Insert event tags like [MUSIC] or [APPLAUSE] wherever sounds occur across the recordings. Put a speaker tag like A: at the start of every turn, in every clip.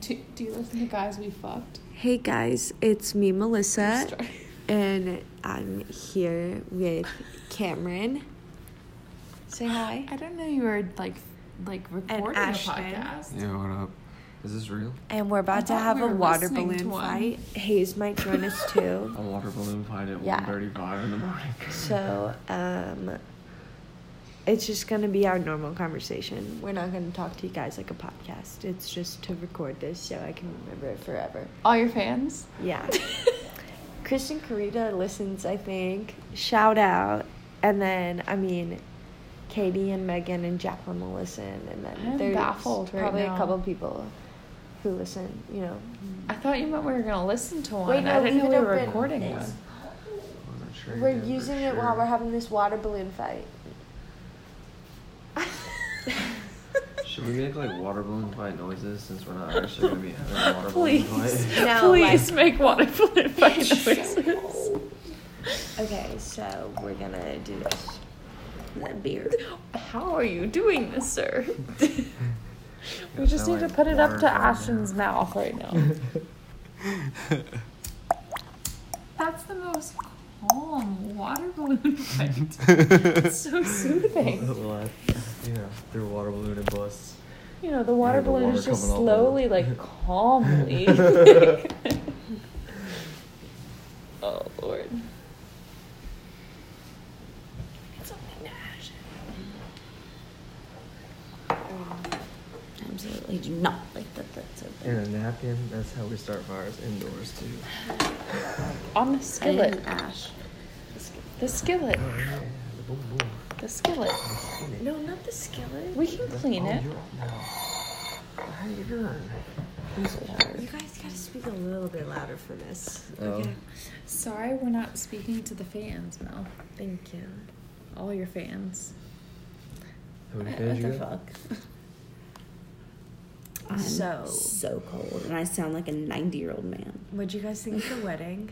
A: Do, do you listen to guys we fucked?
B: Hey guys, it's me, Melissa,
A: Sorry.
B: and I'm here with Cameron. Say [GASPS] hi.
A: I don't know you were like like recording a
B: Ashton.
A: podcast.
C: Yeah, what up? Is this real?
B: And we're about to
A: thought
B: have
A: we
B: a
A: were
B: water
A: listening to
B: balloon
A: one.
B: fight. Hayes might join us [LAUGHS] too.
C: A water balloon fight at
B: Yeah.
C: 1.35 in the morning. [LAUGHS]
B: So, um, it's just going to be our normal conversation. We're not going to talk to you guys like a podcast. It's just to record this so I can remember it forever.
A: All your fans.
B: Yeah. Kristen Carita listens, I think. Shout out. And then, I mean, Katie and Megan and Jacqueline will listen. And then
A: I'm
B: there's
A: baffled right
B: probably
A: now.
B: a couple people who listen, you know.
A: [LAUGHS] I thought you meant we were gonna listen to one.
B: Wait, no,
A: I didn't
B: leave
A: know
B: it
A: we were
B: open.
A: recording
B: Thanks. [LAUGHS]
A: one.
C: Wasn't sure
B: We're
C: yet for
B: using it
C: sure.
B: while we're having this water balloon fight.
C: Should we make like water balloon fight noises since
A: [LAUGHS]
C: we're not actually gonna be having a water balloon
A: Please, [LAUGHS]
C: [LAUGHS] fight?
B: No,
A: please
B: like-
A: make water balloon fight noises.
B: Okay, so we're gonna do this. That beer.
A: How are you doing this,
C: [LAUGHS]
A: sir? we
C: Yeah,
A: just need to
C: sound like
A: put it up
C: water
A: to
C: coming out.
A: Ashton's mouth right
C: [LAUGHS]
A: now. That's the most calm water balloon [LAUGHS] fight. it's so soothing.
C: [LAUGHS] Well, you know, through water balloon and bus.
A: You know, the water
C: Yeah, the
A: balloon
C: water
A: is just
C: coming all
A: slowly,
C: over. [LAUGHS]
A: like calmly. [LAUGHS] oh lord.
B: It's only Nash. Absolutely do not like that that's open.
C: And a napkin, that's how we start fires indoors too.
A: On the
B: And
A: skillet.
B: an ash.
A: The skillet.
C: Oh, yeah, the boom boom.
A: The skillet.
B: No, not the skillet.
A: We can clean
C: oh,
A: it.
C: You're up now. How you doing?
B: You guys gotta speak a little bit louder for this.
C: Oh.
B: Okay.
A: Sorry, we're not speaking to the fans, Mel.
B: Thank you.
A: All your fans.
C: How many
A: What
C: fans you
A: the
C: got?
A: fuck?
D: I'm
B: So-
D: so so cold, and I sound like a ninety year
B: [SIGHS]
D: old man.
B: What'd you guys think of the wedding?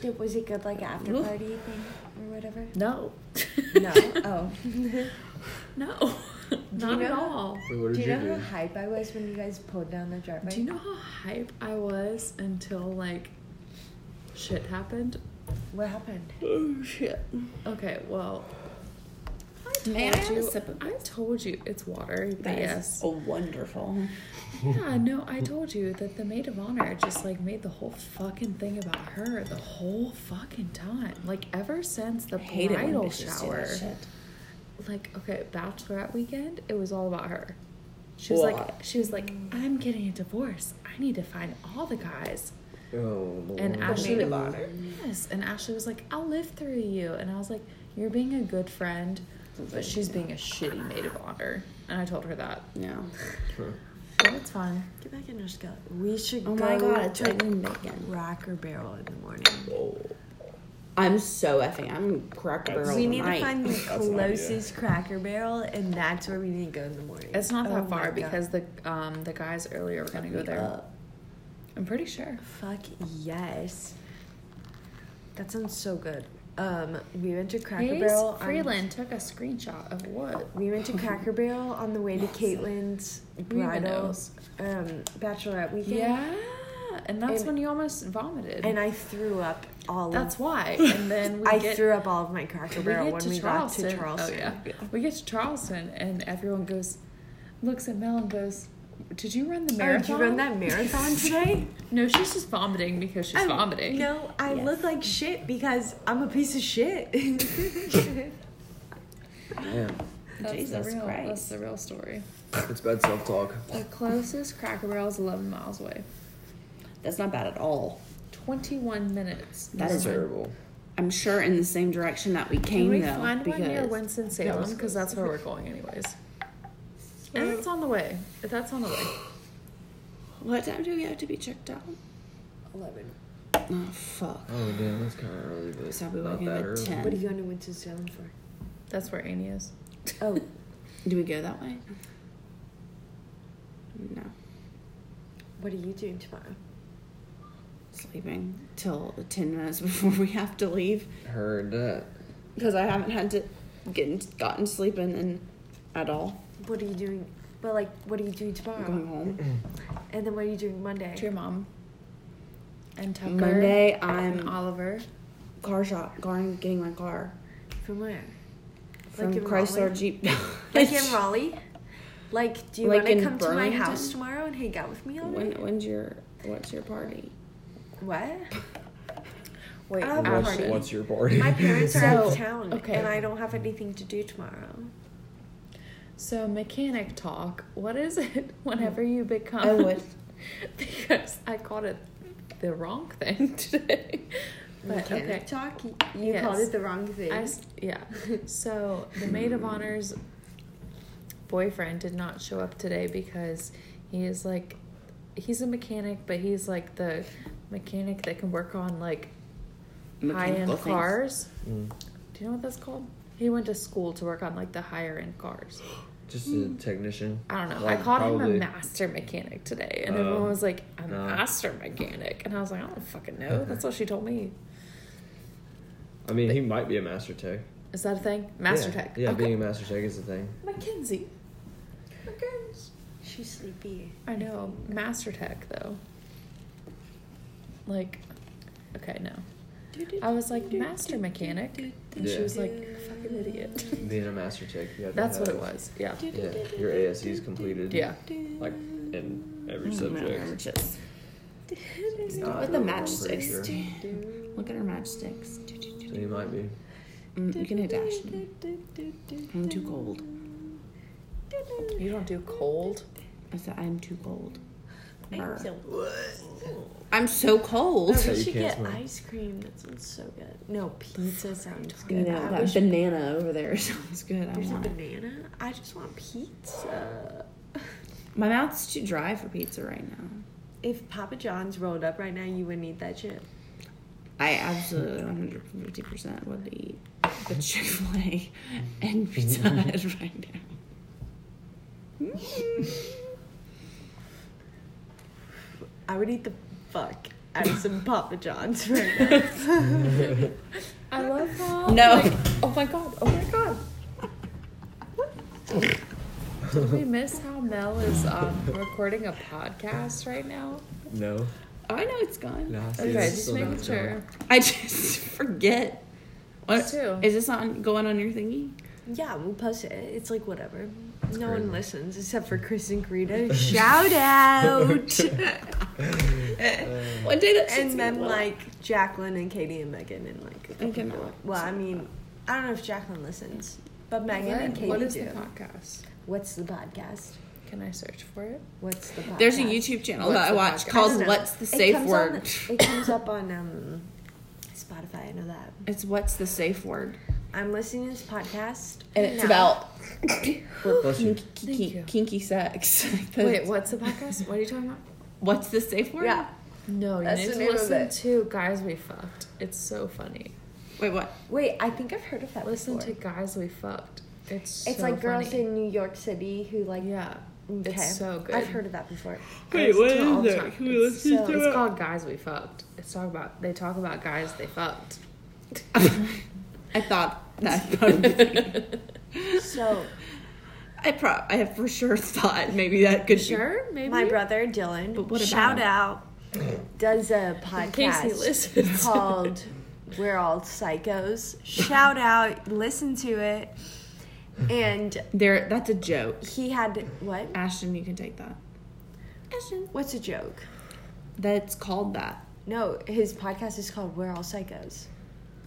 B: Did, was it good, like after
D: Oof.
B: party thing or whatever?
A: [LAUGHS] No. [LAUGHS]
B: No. [LAUGHS] Oh.
A: No. [LAUGHS] Not
B: know
A: at
B: how-
A: all.
C: Wait, what
B: do
C: did
B: you
C: you
B: know how hype I was when you guys pulled down the driveway?
A: Do you know how hype I was until like shit happened?
B: what happened?
D: Oh shit!
A: Okay, well, I told
D: May I have a
A: you.
D: sip of
A: I told you it's water. but
D: That is
A: yes.
D: a wonderful.
A: Yeah, no, I told you that the maid of honor just like made the whole fucking thing about her the whole fucking time. Like ever since the
D: I hate it when
A: bridal
D: bitches do that
A: shower.
D: shit.
A: Like okay, bachelorette weekend, it was all about her. She was like,
D: What?
A: she was like, I'm getting a divorce. I need to find all the guys.
C: do? Oh, Lord.
A: And
D: Ashley
A: Ashley,
D: the Bonner?
A: yes, and Ashley was like, "I'll live through you," and I was like, "You're being a good friend, but she's being a shitty maid of honor," and I told her that.
D: No.
A: But it's fine.
B: Get back in your skull. We should
D: Oh
B: go
D: my god, it's like
B: like
D: Megan.
B: rock or barrel in the morning.
D: I'm so effing. I'm cracker barrel.
B: we need
D: tonight.
B: to find the
D: [LAUGHS]
C: an idea.
B: closest cracker barrel, and that's where we need to go in the morning.
A: It's not that
B: Oh my
A: far
B: God. Uh,
A: because the um the guys earlier were gonna go there.
D: Up.
A: I'm pretty sure.
B: Fuck yes. That sounds so good. Um, we went to Cracker
A: Hayes
B: Barrel. Oh, on-
A: Freeland took a screenshot of what?
B: we went
A: [LAUGHS]
B: to Cracker Barrel on the way to Caitlin's
A: even
B: bridal
A: knows?
B: um, bachelorette weekend.
A: Yeah, and that's
B: And-
A: when you almost vomited.
B: And I threw up all
A: that's
B: of
A: why.
B: [LAUGHS]
A: And then we
B: I
A: get,
B: threw up all of my Cracker
A: we
B: Barrel
A: get
B: when
A: to
B: we
A: Charleston.
B: got to Charleston.
A: Oh yeah. we get to Charleston, and everyone goes, looks at Mel and goes, "Did you run the
B: Oh,
A: marathon?
B: did you run
A: [LAUGHS]
B: that marathon today?
A: No, she's just vomiting because she's
B: I'm-
A: vomiting.
B: No, I
D: Yes.
B: look like shit because I'm a piece of shit. [LAUGHS]
C: Damn.
A: that's
D: Jesus
A: the real, That's
D: Christ.
A: the real story.
C: It's bad self talk.
A: The closest Cracker Barrel is 11 miles away.
D: That's not bad at all.
A: 21 minutes.
D: That is
C: terrible.
D: I'm sure in the same direction that we
A: Can
D: came
A: we
D: though.
A: find one near
D: because-
A: Winston Salem? Because that's where we're going, anyways. And it's on the way. That's on the way.
D: What time do we have to be checked out?
B: Eleven.
D: Oh fuck.
C: Oh damn, that's kind of early, but
D: So I'll be
C: not
D: waking up
C: that
D: at
C: early.
D: 10.
B: What are you going to
A: [LAUGHS]
B: Winston-Salem for?
A: That's where Annie is.
B: Oh,
D: Do we go that way? No.
B: what are you doing tomorrow?
D: Sleeping till 10 minutes [LAUGHS] before we have to leave.
C: Heard that.
D: because I haven't had to get gotten sleep in, in at all.
B: What are you doing But like, what are you doing
D: I'm
B: tomorrow?
D: going home.
B: And then what are you doing Monday?
A: To your mom and Tucker
D: Monday,
A: and
D: I'm
A: Oliver.
D: car shop, going getting my car
B: From where?
D: from
B: in
D: Chrysler
B: Raleigh?
D: Jeep.
B: Like
D: [LAUGHS]
B: in Raleigh? Like, do you
D: Like
B: want to
D: in
B: come to my
D: Burlington?
B: house tomorrow and hang out with me? All
D: When,
B: night?
D: when's your what's your party?
B: What?
A: Wait,
B: Um,
A: Ashley.
E: What's,
B: party.
E: what's your party?
B: My parents are out of
A: So,
B: town,
A: okay.
B: and I don't have anything to do tomorrow.
A: So mechanic talk. What is it? [LAUGHS] Whenever you become
D: I would.
A: [LAUGHS] because I called it the wrong thing [LAUGHS] today. But okay.
B: talk. You
A: Yes. called it
B: the wrong thing.
A: I s yeah. So the maid of honor's boyfriend did not show up today because he is like, he's a mechanic, but he's like the mechanic that can work on like high
D: Mechanical
A: end
D: things.
A: cars.
E: [LAUGHS] Mm.
A: Do you know what that's called? He went to school to work on like the higher end cars.
E: Just a technician.
A: Mm. I don't know.
E: Like,
A: I called him a
E: probably-
A: master mechanic today, and
E: Oh.
A: everyone was like, "A
E: No.
A: master mechanic," and I was like, "I don't fucking
E: [LAUGHS]
A: know." That's what she told me.
E: I mean, he might be a master tech.
A: Is that a thing? Master
E: yeah.
A: tech.
E: Yeah,
A: Okay.
E: being a master tech is a thing.
A: Mackenzie. Mackenzie.
B: She's sleepy.
A: I know. Master Tech, though. Like, okay, no. I was like, Master Mechanic. And she
E: Yeah.
A: was like, "You're a fucking idiot. [LAUGHS]
E: Being a master tech, you have to
A: That's what
E: have-
A: it was. Yeah.
E: Yeah, your ASC's completed.
A: Yeah.
E: Like in every
D: Whatever,
E: subject.
D: Mm, just-
E: Not
D: Mm-hmm. With the
E: really, I'm pretty
D: matchsticks.
E: sure.
D: Look at her matchsticks.
E: So you might be.
D: Mm, you can hit Ashton. I'm too cold.
A: You don't do cold.
D: I said I'm too cold. Brr.
B: so
D: I'm so cold.
E: Okay.
B: Oh, we
E: you
B: should
E: can't
B: get
E: smell.
B: ice cream. That sounds so good. No, pizza sounds
D: No,
B: good. I
D: that
B: wish-
D: banana over there [LAUGHS] sounds good. I
B: There's a
D: want it.
B: banana. I just want pizza. [LAUGHS]
D: My mouth's too dry for pizza right now.
B: If Papa John's rolled up right now, you would need that shit.
D: I absolutely 150% would eat the Chick fil A [LAUGHS] and Pizza Hut [LAUGHS] right Mm. now.
B: I would eat the fuck out of some Papa John's right now.
C: [LAUGHS]
A: I love how.
D: No.
A: like, oh my god. Oh my god. Did we miss how Mel is um, recording a podcast right now?
E: No.
D: Oh, I know it's gone.
E: No, see,
A: Okay,
E: it's
A: just
E: still
A: making
E: not
A: sure.
E: done.
D: I just forget. What
A: Me
D: is
A: too.
D: this on going on your thingy?
B: Yeah, we'll post it. It's like whatever. No one
E: Great.
B: listens except for Chris and
A: [LAUGHS]
B: Greta. Shout out!
D: One day that shit's
B: and then
D: gonna blow up.
B: like Jacqueline and Katie and Megan and like. a couple
D: Okay, no.
B: more. Well, I mean, I don't know if Jacqueline listens, but Megan
A: What-
B: and Katie
A: what is
B: do.
A: the podcast?
B: What's the podcast?
A: Can I search for it?
B: What's the podcast?
D: there's a YouTube channel
A: What's
D: that I
A: the
D: watch
A: podcast?
B: I
D: called
B: don't know.
D: What's the
B: It
D: Safe
B: comes on-
D: Word?
B: it comes up on um, Spotify. I know that.
D: It's What's the Safe Word,
B: I'm listening to this podcast,
D: and it's
B: now.
D: about
E: Bless you.
D: kinky, kinky,
A: you.
D: kinky sex. [LAUGHS]
A: Wait, what's the podcast? What are you talking about?
D: What's the Safe Word?
B: Yeah.
A: No, you
B: That's
A: need
B: the
A: to
B: name of
A: listen
B: it.
A: to Guys We Fucked. It's so funny.
D: Wait, what?
B: Wait, I think I've heard of that.
A: Listen
B: before.
A: to Guys We Fucked. It's
B: It's
A: so
B: like girls
A: funny.
B: in New York City who like mm,
A: yeah.
B: Okay.
A: It's so good.
B: I've heard of
A: [LAUGHS]
B: that before.
A: Wait, what is that? it's,
B: listen to
A: it's
B: it?
A: called Guys We Fucked. It's talk about they talk about guys they fucked.
D: I thought that. [LAUGHS] part of the thing.
B: So
D: I prob I have for sure thought maybe that could
A: Sure, maybe.
B: my brother Dylan,
D: But what about
B: shout
D: him?
B: out,
A: [LAUGHS]
B: does a
A: case he
B: podcast
A: listens.
B: called "We're All Psychos." Shout out, listen to it. And
D: be there. That's a joke.
B: he had what?
D: Ashton, you can take that.
B: What's a joke?
D: That's called that.
B: No, his podcast is called "We're All Psychos."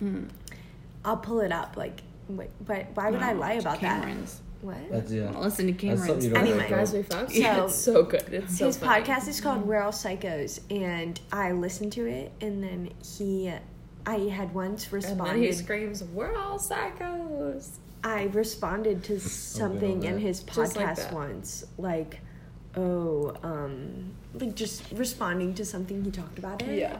D: Mm.
B: I'll pull it up. Like, wait, but why would I
D: Wow,
B: lie about
D: Cameron's.
B: that? What?
E: That's
D: Don't
E: yeah.
D: Listen to
E: That's something
D: Cameron's.
E: you don't
B: [LAUGHS]
E: know.
A: [LAUGHS]
B: Anyway.
A: Guys We Fucked.
B: So-
A: it's so good. It's so
B: His
A: funny.
B: podcast is called We're All Psychos, and I listened to it, and then he, I had once
A: And then he
B: responded.
A: screams, "We're all
B: [LAUGHS]
A: psychos."
B: I responded to something in
E: that.
B: his
A: Just like
B: podcast
A: that.
B: once, like, oh, um, like just responding to something he talked about it.
A: Yeah.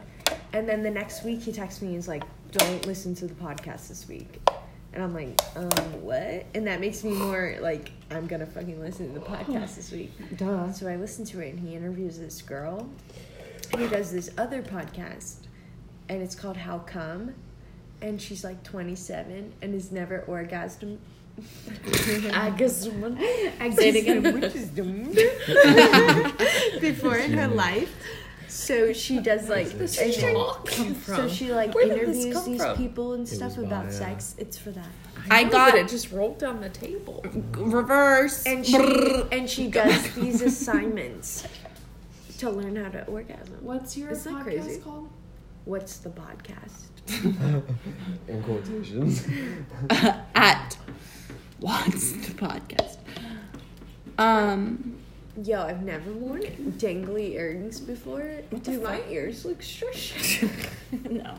B: And then the next week he texts me and is like, don't listen to the podcast this week. And I'm like, um, what? And that makes me more like, I'm gonna fucking listen to
A: [LAUGHS]
B: the podcast this week.
D: Duh.
B: Um, So I listened to it, and he interviews this girl, and he does this other podcast, and [LAUGHS] it's called How Come, and she's like 27 and has never orgasmed
A: I guess someone.
B: I
D: Say it again.
B: Which is dumb. [LAUGHS] Before in her life. So she does like
A: This is
B: and-
A: all come
B: So
A: from.
B: she like
A: Where did this
B: interviews
A: come
B: these
A: from?
B: people and stuff
E: was by,
B: about
E: uh,
B: sex. It's for that.
D: I
A: know,
D: got
A: but
D: it.
A: it. Just rolled down the table.
D: Reverse.
B: And she [LAUGHS] and she does these assignments to learn how to orgasm.
A: What's your
B: Isn't that
A: podcast
B: crazy?
A: called?
B: What's the podcast?
E: In quotations. [LAUGHS]
D: [LAUGHS] at what's the podcast? Um,
B: Yo, I've never worn dangly earrings before. Do my ears look stretched?
D: no,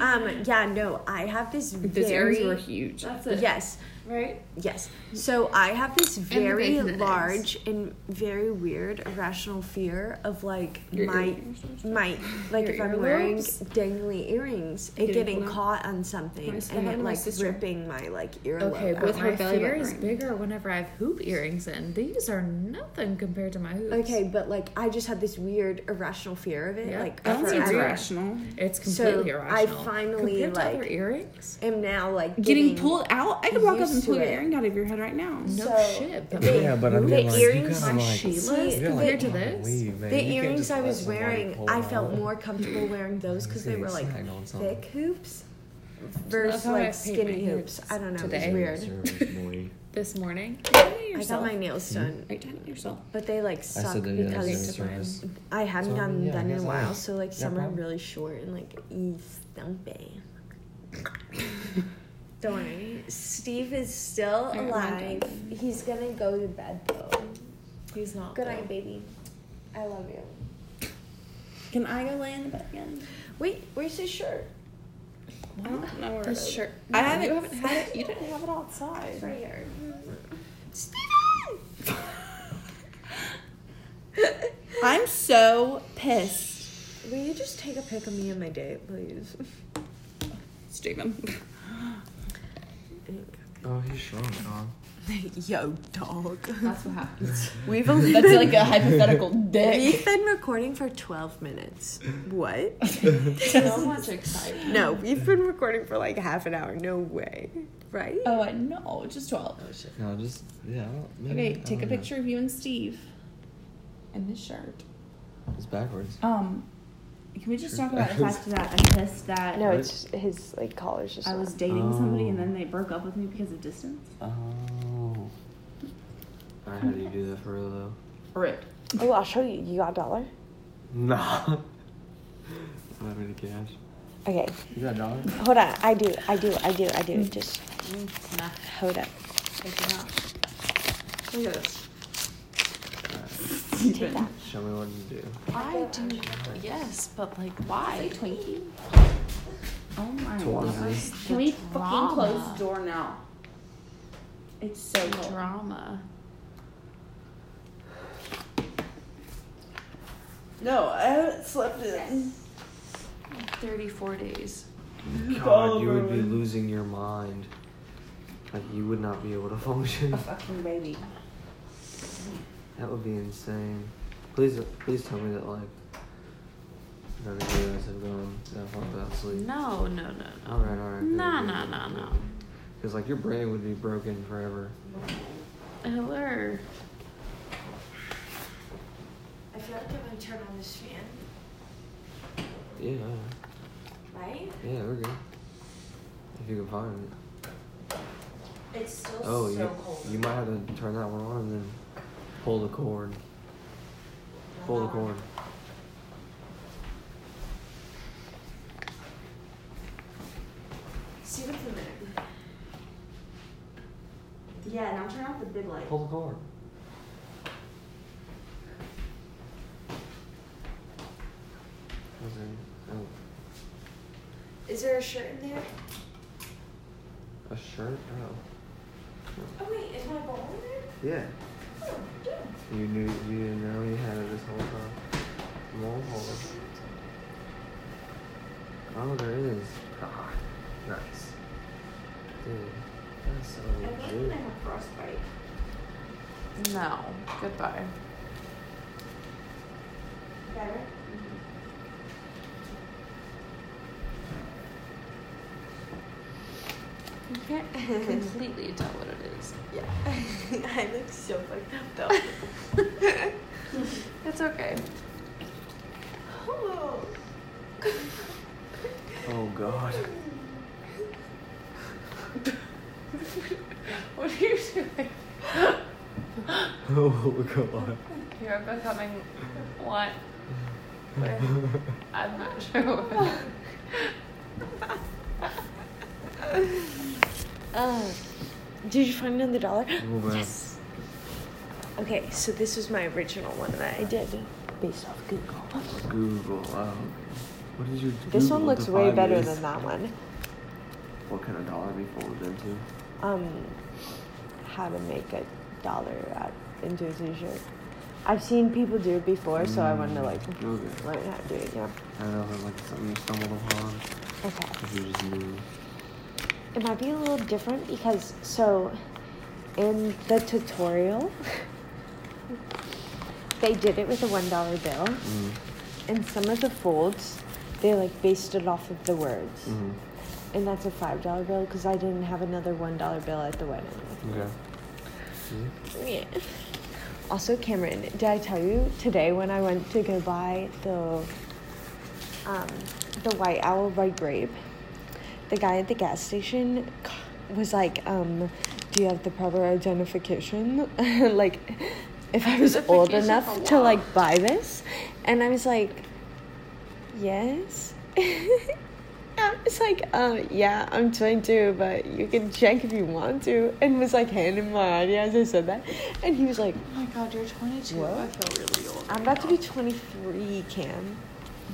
B: um, yeah, no, I have this
D: those
B: very
D: earrings were huge.
A: That's it.
B: yes,
A: Right.
B: yes. So I have this
A: the
B: very
A: bacon and
B: large and very weird irrational fear of like
D: Your
B: my
D: earrings are
B: my like
A: Your
B: if I'm wearing
A: earlobes?
B: dangly earrings and
D: Getting
B: getting
D: blown.
B: caught on
D: Mine
B: something
D: is- I
B: and
D: had
B: it
D: my
B: like
D: sister.
B: ripping my like earlobe.
A: Okay,
B: out.
A: but
D: With her
A: my
D: belly
A: fear
D: button
A: is
D: ring.
A: bigger whenever I have hoop earrings in. These are nothing compared to my hoops.
B: Okay, but like I just had this weird irrational fear of it.
A: Yeah.
B: Like
D: I don't think it's
B: forever.
D: irrational.
A: It's completely
B: So, I
A: irrational.
B: finally,
A: compared to
B: like-
A: other earrings.
B: am now like
D: Getting pulled out, I could walk up
B: used
D: and pull
B: to
D: your
B: it.
D: earring out of your head right now.
A: No
B: so-
A: shit. But
E: Yeah, but I mean,
B: The
E: like,
B: earrings
E: you
B: on
E: gotta, like,
A: Sheila's
E: you gotta, like,
A: compared to
E: wanna
A: this.
E: leave, man.
B: The
E: You can't
B: earrings
E: just
B: I
E: let
B: was
E: somebody
B: wearing,
E: pull
B: I
E: it
B: felt
E: out.
B: more comfortable
E: [LAUGHS]
B: wearing those because they
E: Say
B: were
E: it's
B: like
E: snag on something.
B: thick hoops
A: That's
B: versus
A: how I
B: like
A: paint
B: skinny
A: my
B: hoops.
A: hoops
B: I don't know.
A: today.
B: It was weird.
E: Service boy.
A: [LAUGHS] this morning,
B: I got my nails done,
D: Are you talking to yourself?
B: but they like
E: I
B: suck
E: said that it was
A: because-
B: because
A: Victim.
E: service.
B: I hadn't
E: So,
B: gotten
E: yeah, I
B: done in a
E: guess I-
B: while. So like
E: no
B: some are
E: problem.
B: really short and like e
E: [LAUGHS]
B: stumpy. Don't worry. Steve is still
D: Alright, mine
B: alive. He's gonna go to bed though.
A: he's not.
B: Good
A: though.
B: night, baby. I love you.
D: Can I go lay in the bed again?
B: Wait, where's his shirt?
D: I don't know where
A: This
D: it is.
A: shirt.
D: I
A: No,
D: haven't.
A: you
D: You
A: haven't
D: had it. You didn't have it outside.
B: Right here.
D: [LAUGHS] I'm so pissed.
B: Will you just take a pic of me and my date, please?
D: Steven.
C: Oh, he's strong, dog.
B: Yo, dog.
D: That's
B: [LAUGHS]
D: what happens.
B: We've
D: That's like a hypothetical dick.
B: We've been recording for 12 minutes. What?
D: so [LAUGHS]
B: [LAUGHS]
D: much excitement.
B: No, we've been recording for like half an hour. No way. Right?
D: Oh, I know. Just 12.
C: No, just yeah. I don't, maybe,
B: Oh,
D: Okay,
C: I
D: take a
C: don't know.
D: picture of you and Steve in this shirt.
C: It's backwards.
D: Um, can we just talk about the fact that I'm pissed that
B: No, it's his like collar's just.
D: I was dating somebody and then
B: Oh.
D: they broke up with me because of distance?
C: Oh. I had you do that for real though.
D: Rip.
B: Oh, I'll show you. You got a dollar?
C: Nah. [LAUGHS] Not really cash.
B: Okay,
C: You got a dollar?
B: hold on. I do. I do. I do. I
D: Mm.
B: do. Just
D: Nah,
B: hold up.
D: take it out.
A: Look at this.
D: Steven.
C: Show me what you do.
A: I do. Yes, but like, why?
D: Twinkie. Oh my
C: Twinkie.
D: god. Can we fucking close the door now? It's so cold.
A: Drama.
D: No, I haven't slept in.
A: 34 days.
C: God, you would be losing your mind. Like you would not be able to [LAUGHS] function.
D: Fucking baby.
C: That would be insane. Please, please tell me that like none of you guys have gone that far without sleep.
A: No, no, no, no.
C: All right, all right.
A: No, no, no, no.
C: Because like your brain would be broken forever.
A: Hello.
B: I feel like I'm gonna turn on this fan,
C: Yeah,
B: right?
C: yeah, we're good. If you can find it.
B: It's still
C: Oh, you you might have to turn that one on and then pull the cord. Pull the cord.
B: See what's in there. Yeah, now turn off the big light.
C: Pull the cord. Was there oh,
B: Is there a shirt in there?
C: a shirt? Oh,
B: Oh wait, is my ball in there?
C: yeah. You knew you didn't know you had it this whole time. Long hole. Oh, there it is. Ah, nice. Dude, that's so legit.
B: frostbite.
A: No.
B: [LAUGHS]
A: Goodbye.
B: Better.
A: can't completely tell what it is.
B: Yeah. I look so fucked up though.
A: It's okay.
B: oh.
C: Oh god.
A: What are you doing?
C: Oh god.
A: You're becoming what?
B: [LAUGHS]
A: I'm not sure what.
B: Uh, did you find another dollar?
C: Oh, man.
B: Yes. Okay, so this was my original one that I did based off Google.
C: Google. Oh. What did you do?
B: This one looks way better than that one.
C: What kind of dollar we folded into?
B: Um, how to make a dollar out into a t-shirt. I've seen people do it before, so I wanted to like
C: Mm, Okay.
B: learn how to do it. Yeah.
C: I don't know if it's like something you stumbled upon.
B: Okay.
C: If you just knew.
B: It might be a little different because so in the tutorial [LAUGHS] they did it with a one dollar bill
C: Mm.
B: and some of the folds they like based it off of the words
C: Mm.
B: and that's a five dollar bill because I didn't have another one dollar bill at the wedding.
C: Okay. See?
B: Yeah. Also, Cameron, did I tell you today when I went to go buy the um, the white owl red grape? The guy at the gas station c- was like, um, "Do you have the proper identification?" [LAUGHS] like, if I was old
A: Identification
B: enough
A: for
B: to
A: what?
B: like buy this, and I was like, "Yes." [LAUGHS] I was like, uh, yeah, I'm 22, but you can check if you want to. And was like handing my ID as I said that. And he was like,
A: Oh my god, you're 22.
B: What?
A: I feel really old.
B: I'm about to be 23, Cam.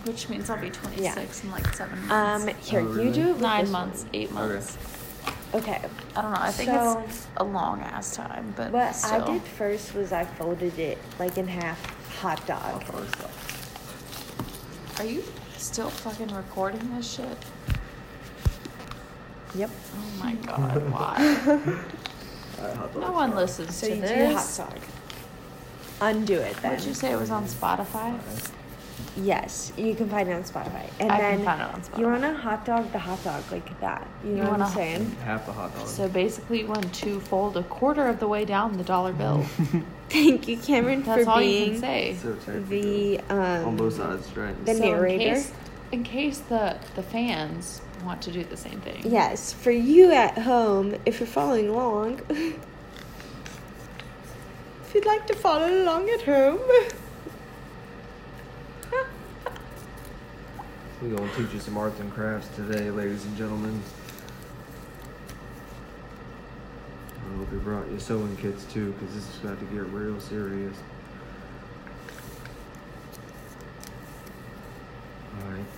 A: Which means I'll be 26 in like seven
B: Um,
A: months.
B: here,
C: Oh,
B: you
C: really?
B: do it with
A: Nine
B: this
A: months,
B: one.
A: eight months.
B: Okay.
A: I don't know. I think
B: So-
A: it's a long ass time, but
B: What
A: still.
B: I did first was I folded it like in half hot dog.
C: [LAUGHS]
A: Are you still fucking recording this shit?
B: Yep.
A: Oh
B: [LAUGHS]
A: my god, why?
C: Alright, hot
A: No
C: dog.
A: one listens
B: So
A: to
B: you do hot
A: this.
B: dog. Undo it then.
A: Would you say it was on Spotify?
B: Yes, you can find it on Spotify. And
A: I
B: then
A: can find it on
B: you
A: Spotify.
B: want a hot dog, the hot dog like that. You,
A: You
B: know what
A: want
B: I'm
A: a-
B: saying?
C: Half the hot dog.
A: So basically, you want to fold a quarter of the way down the dollar
B: [LAUGHS]
A: bill.
B: [LAUGHS] Thank you, Cameron,
A: That's
B: for
A: all
B: being
A: you can say.
C: So technical.
B: the
C: on
B: um
C: both sides, right?
B: the- narrator?
A: In case, in case the the fans want to do the same thing.
B: yes for you at home if you're following along [LAUGHS] if you'd like to follow along at home [LAUGHS] Ah,
C: We're gonna teach you some arts and crafts today, ladies and gentlemen. I hope you brought your sewing kits too, because this is about to get real serious. Alright,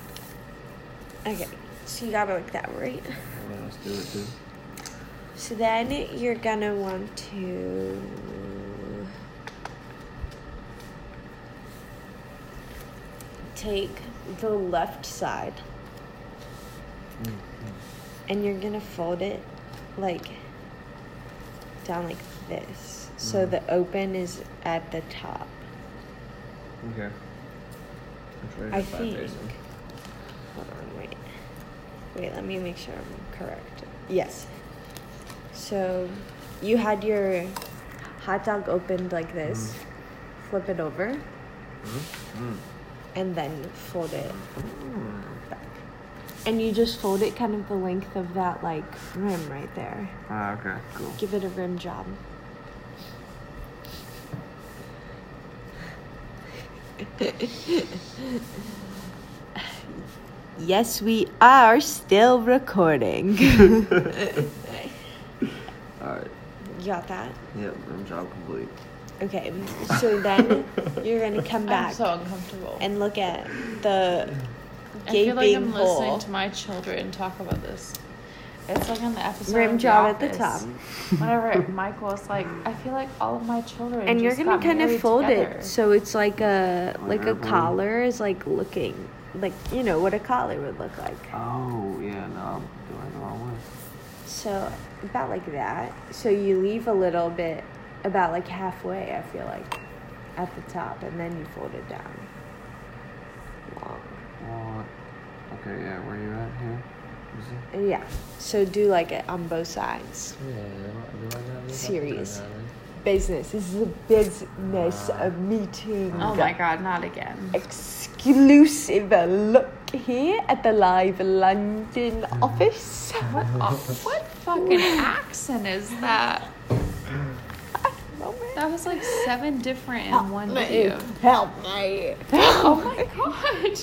B: okay so you gotta like that right
C: well, let's do it too.
B: so then you're gonna want to take the left side
C: Mm,
B: and you're gonna fold it like down like this so
C: Mhm.
B: the open is at the top
C: mm, Okay.
B: i think hold on wait wait let me make sure i'm correct yes so you had your hot dog opened like this flip it over and then fold it back and you just fold it kind of the length of that like rim right there
C: Ah, okay, cool.
B: Give it a rim job. yes, we are still recording. you
C: Alright,
B: got that?
C: yep, room job complete.
B: Okay, so then you're gonna come
A: I'm
B: back
A: so uncomfortable.
B: and look at the
A: I
B: gaping
A: feel like I'm
B: hole.
A: listening to my children talk about this. It's like on the episode.
B: rim
A: of The
B: job at the
A: Office. [LAUGHS]
B: top.
A: Whenever Michael was like, I feel like all of my children.
B: and you're
A: just
B: gonna
A: got
B: kind of
A: married
B: fold
A: together."
B: it so it's like a like a
C: Wonderful.
B: collar is like looking like you know what a collar would look like
C: Oh, yeah, no, I'm doing it the wrong way.
B: so about like that so you leave a little bit about like halfway i feel like at the top and then you fold it down long
C: Well, okay, yeah, where you at here? Is it?
B: Yeah. So do like it on both sides.
C: Yeah, do I- do I not need that?
B: Series.
C: Not really.
B: Business. This is a business a meeting.
A: Oh my god, not again.
B: [LAUGHS] Exclusive look here at the live London office.
A: Oh, what fucking accent is that? That was like seven different in one
B: [LAUGHS]
A: video.
B: Help me.
A: Oh my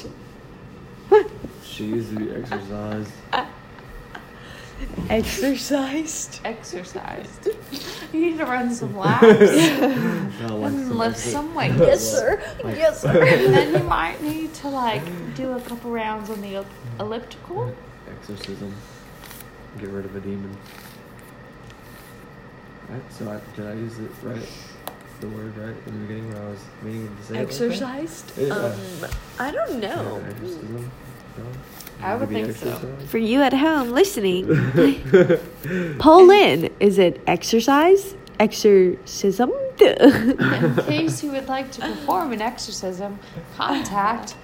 A: god.
C: She used to be exercised.
A: [LAUGHS]
B: Exercised.
A: Exercised. You need to run some
B: [LAUGHS]
A: laps
C: No, like
A: and
C: some
A: lift
C: exer-
A: some weights.
B: Yes, sir. Yes, sir.
A: And then you might need to like do a couple rounds on the elliptical.
C: Exorcism. Get rid of a demon. Right, so I, did I use it right? The word right in the beginning when I was meaning to say It
B: Exercised?
C: Yeah.
B: Um, I don't know. Hmm.
C: like that? Yeah, [LAUGHS] exorcism. No?
A: I would
C: Maybe
A: think so.
C: exorcism?
B: For you at home [LAUGHS] listening, poll in. Is it exercise? Exorcism? [LAUGHS]
A: In case you would like to perform an exorcism, contact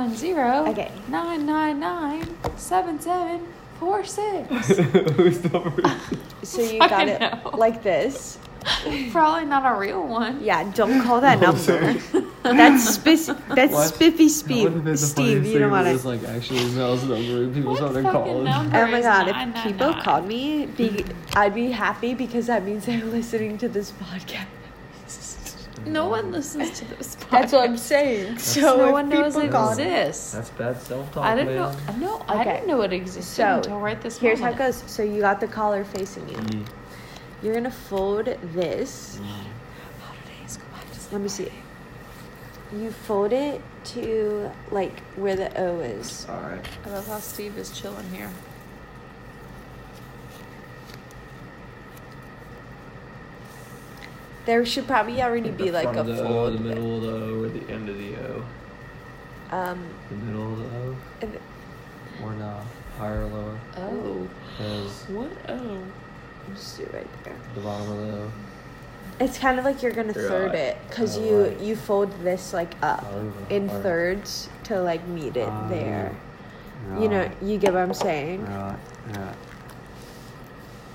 A: 910-999-7746. [LAUGHS]
B: [LAUGHS]
C: [LAUGHS] Who's the first?
B: so you
A: I
B: got it
A: know.
B: like this.
A: Probably not a real one.
B: Yeah, don't call that number. That's spiffy. That's
C: What?
B: spiffy
C: That would've been the
B: Steve. Steve,
C: funniest
B: you don't
C: thing if
B: want
C: it
B: to.
C: was like actually Mel's number and people
A: What
C: started
A: fucking
C: calling.
A: number?
B: Oh my
A: is
B: god,
A: nine, nine,
B: if people
A: nine.
B: called me, be, I'd be happy because that means they're [LAUGHS] listening to this podcast.
A: No one listens to this podcast.
B: That's what I'm saying. So
A: no
B: if
A: one knows
B: people
A: it
B: call-
C: called-
A: exists.
C: That's bad self talk.
A: I didn't know. No, I
B: Okay.
A: didn't know it existed
B: So,
A: until right this
B: Here's how it
A: moment.
B: goes. So you got the collar facing you.
C: Mm-hmm.
B: You're gonna fold this. Let me see. You fold it to like where the O is.
C: Alright.
A: I love how Steve is chilling here.
B: There should probably already be like a
C: the O, the
B: fold.
C: middle of the O, or the end of the O.
B: Um,
C: The middle of the O,
B: and-
C: or no, higher or lower?
A: Oh,
C: Because
A: what? Oh,
B: just do it right there.
C: the bottom of the O.
B: It's kind of like you're gonna
C: You're
B: third
C: right.
B: it because
C: Oh,
B: you
C: right.
B: you fold this like up
C: Oh,
B: in
C: right.
B: thirds to like meet it
C: Ah,
B: there.
C: Right.
B: You know, you get what I'm saying.
C: Right, right.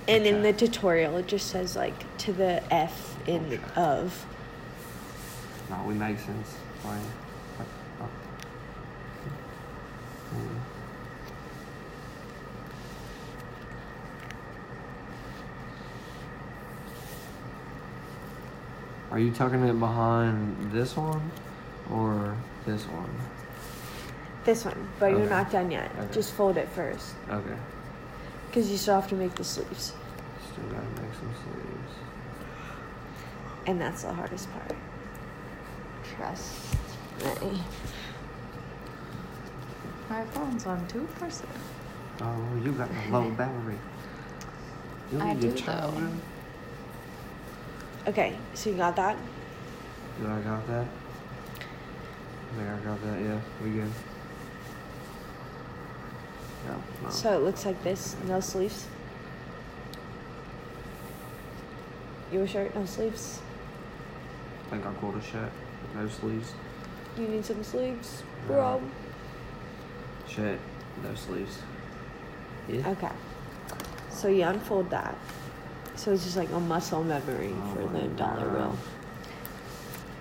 B: And in
C: Okay.
B: the tutorial, it just says like to the F in
C: Okay.
B: of.
C: No, we make sense. Like, up, up. Mm. Are you tucking it behind this one or this one?
B: This one, but you're
C: Okay.
B: not done yet.
C: Okay.
B: Just fold it first,
C: Okay.
B: because you still have to make the sleeves,
C: Still gotta make some sleeves.
B: and that's the hardest part. Trust me.
A: my phone's on two percent.
C: Oh, you got
A: [LAUGHS]
C: a low battery. You
A: I
C: need your
A: do, though.
C: charger.
B: Okay, so you got that.
C: Did I got that? I think I got that, yeah. We good. No, no.
B: So it looks like this, no sleeves. Your shirt, no sleeves.
C: I think I called a shirt. No sleeves.
B: You need some sleeves,
C: No.
B: bro.
C: Shirt. No sleeves. Yeah.
B: Okay. So you unfold that. So it's just like a muscle memory for the dollar bill.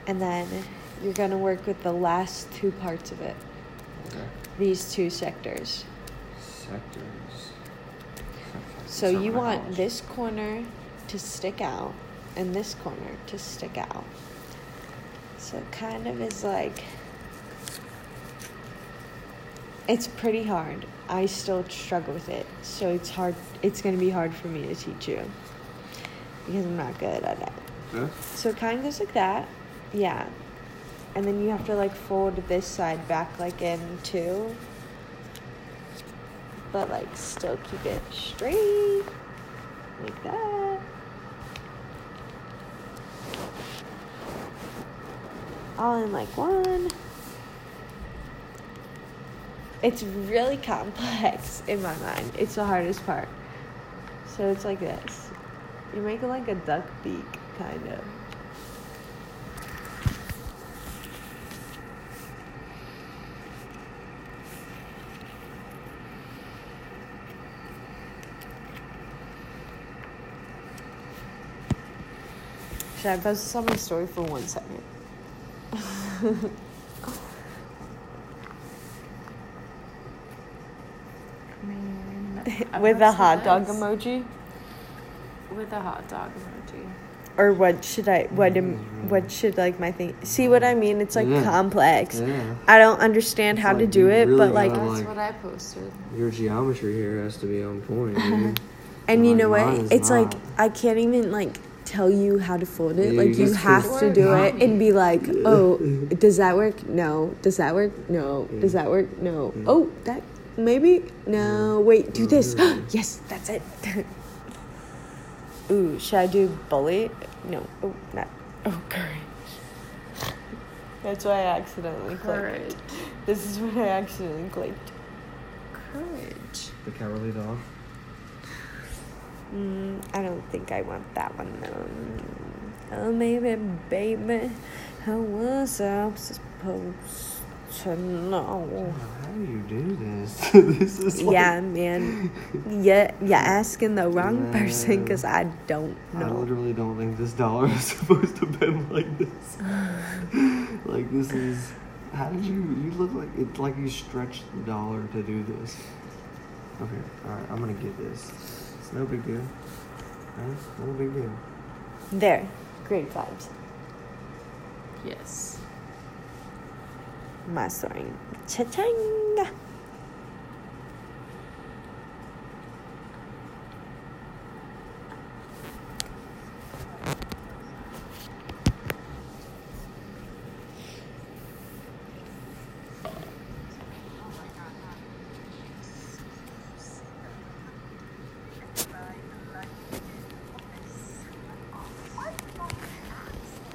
B: And then you're gonna work with the last two parts of it.
C: Okay.
B: These two sectors.
C: Sectors. Okay,
B: So you
C: we're
B: want
C: not-
B: this corner to stick out and this corner to stick out. So it kind of is like it's pretty hard. I still struggle with it. So it's hard it's gonna be hard for me to teach you. Because I'm not good at it.
C: This?
B: So it kind of goes like that. Yeah. And then you have to like fold this side back like in too. But like still keep it straight. Like that. All in like one. It's really complex in my mind. It's the hardest part. So it's like this. You're making like a duck beak, kind of. Should I post this on my story for one second? [LAUGHS] With a hot dog emoji?
D: With a hot dog emoji.
B: Or what should I, what am, what should like my thing, see what I mean? It's like
C: Yeah.
B: complex.
C: Yeah.
B: I don't understand how to
C: Like,
B: do
C: you
B: it,
C: really
B: but like,
C: gotta,
A: That's
C: like-
A: what I posted.
C: Your geometry here has to be on point.
B: [LAUGHS]
C: dude.
B: and you
C: like,
B: know
C: mine
B: what?
C: is
B: It's like,
C: not.
B: I can't even like tell you how to fold it.
C: Yeah,
B: like,
C: you
B: you
C: just
B: have
C: just-
B: to do
A: Or
B: it and be like, oh, does that work? No. Does that work? No. Does that work? No. Oh, that, maybe? No. Wait, do this. [GASPS] yes, that's it. [LAUGHS] Ooh, should I do bullet? No. Oh, not. Oh, [LAUGHS] courage. That's why I accidentally clicked.
D: Courage.
B: This is what I accidentally clicked.
D: Courage.
C: the cowardly dog.
B: Mm, I don't think I want that one though. Oh, maybe, baby, how was I supposed to know?
C: How do you do this? [LAUGHS] this is like,
B: Oh. Yeah, man. Yeah, you're asking the wrong person
C: No.
B: because I don't
C: I
B: know.
C: literally don't think this dollar [LAUGHS] is supposed to bend like this. like this is. How did you? You look like it's like you stretched the dollar to do this. Okay, all right. I'm gonna get this. It's no big deal. Right? No big deal.
B: There, great vibes.
A: Yes.
B: My story. Cha-ching!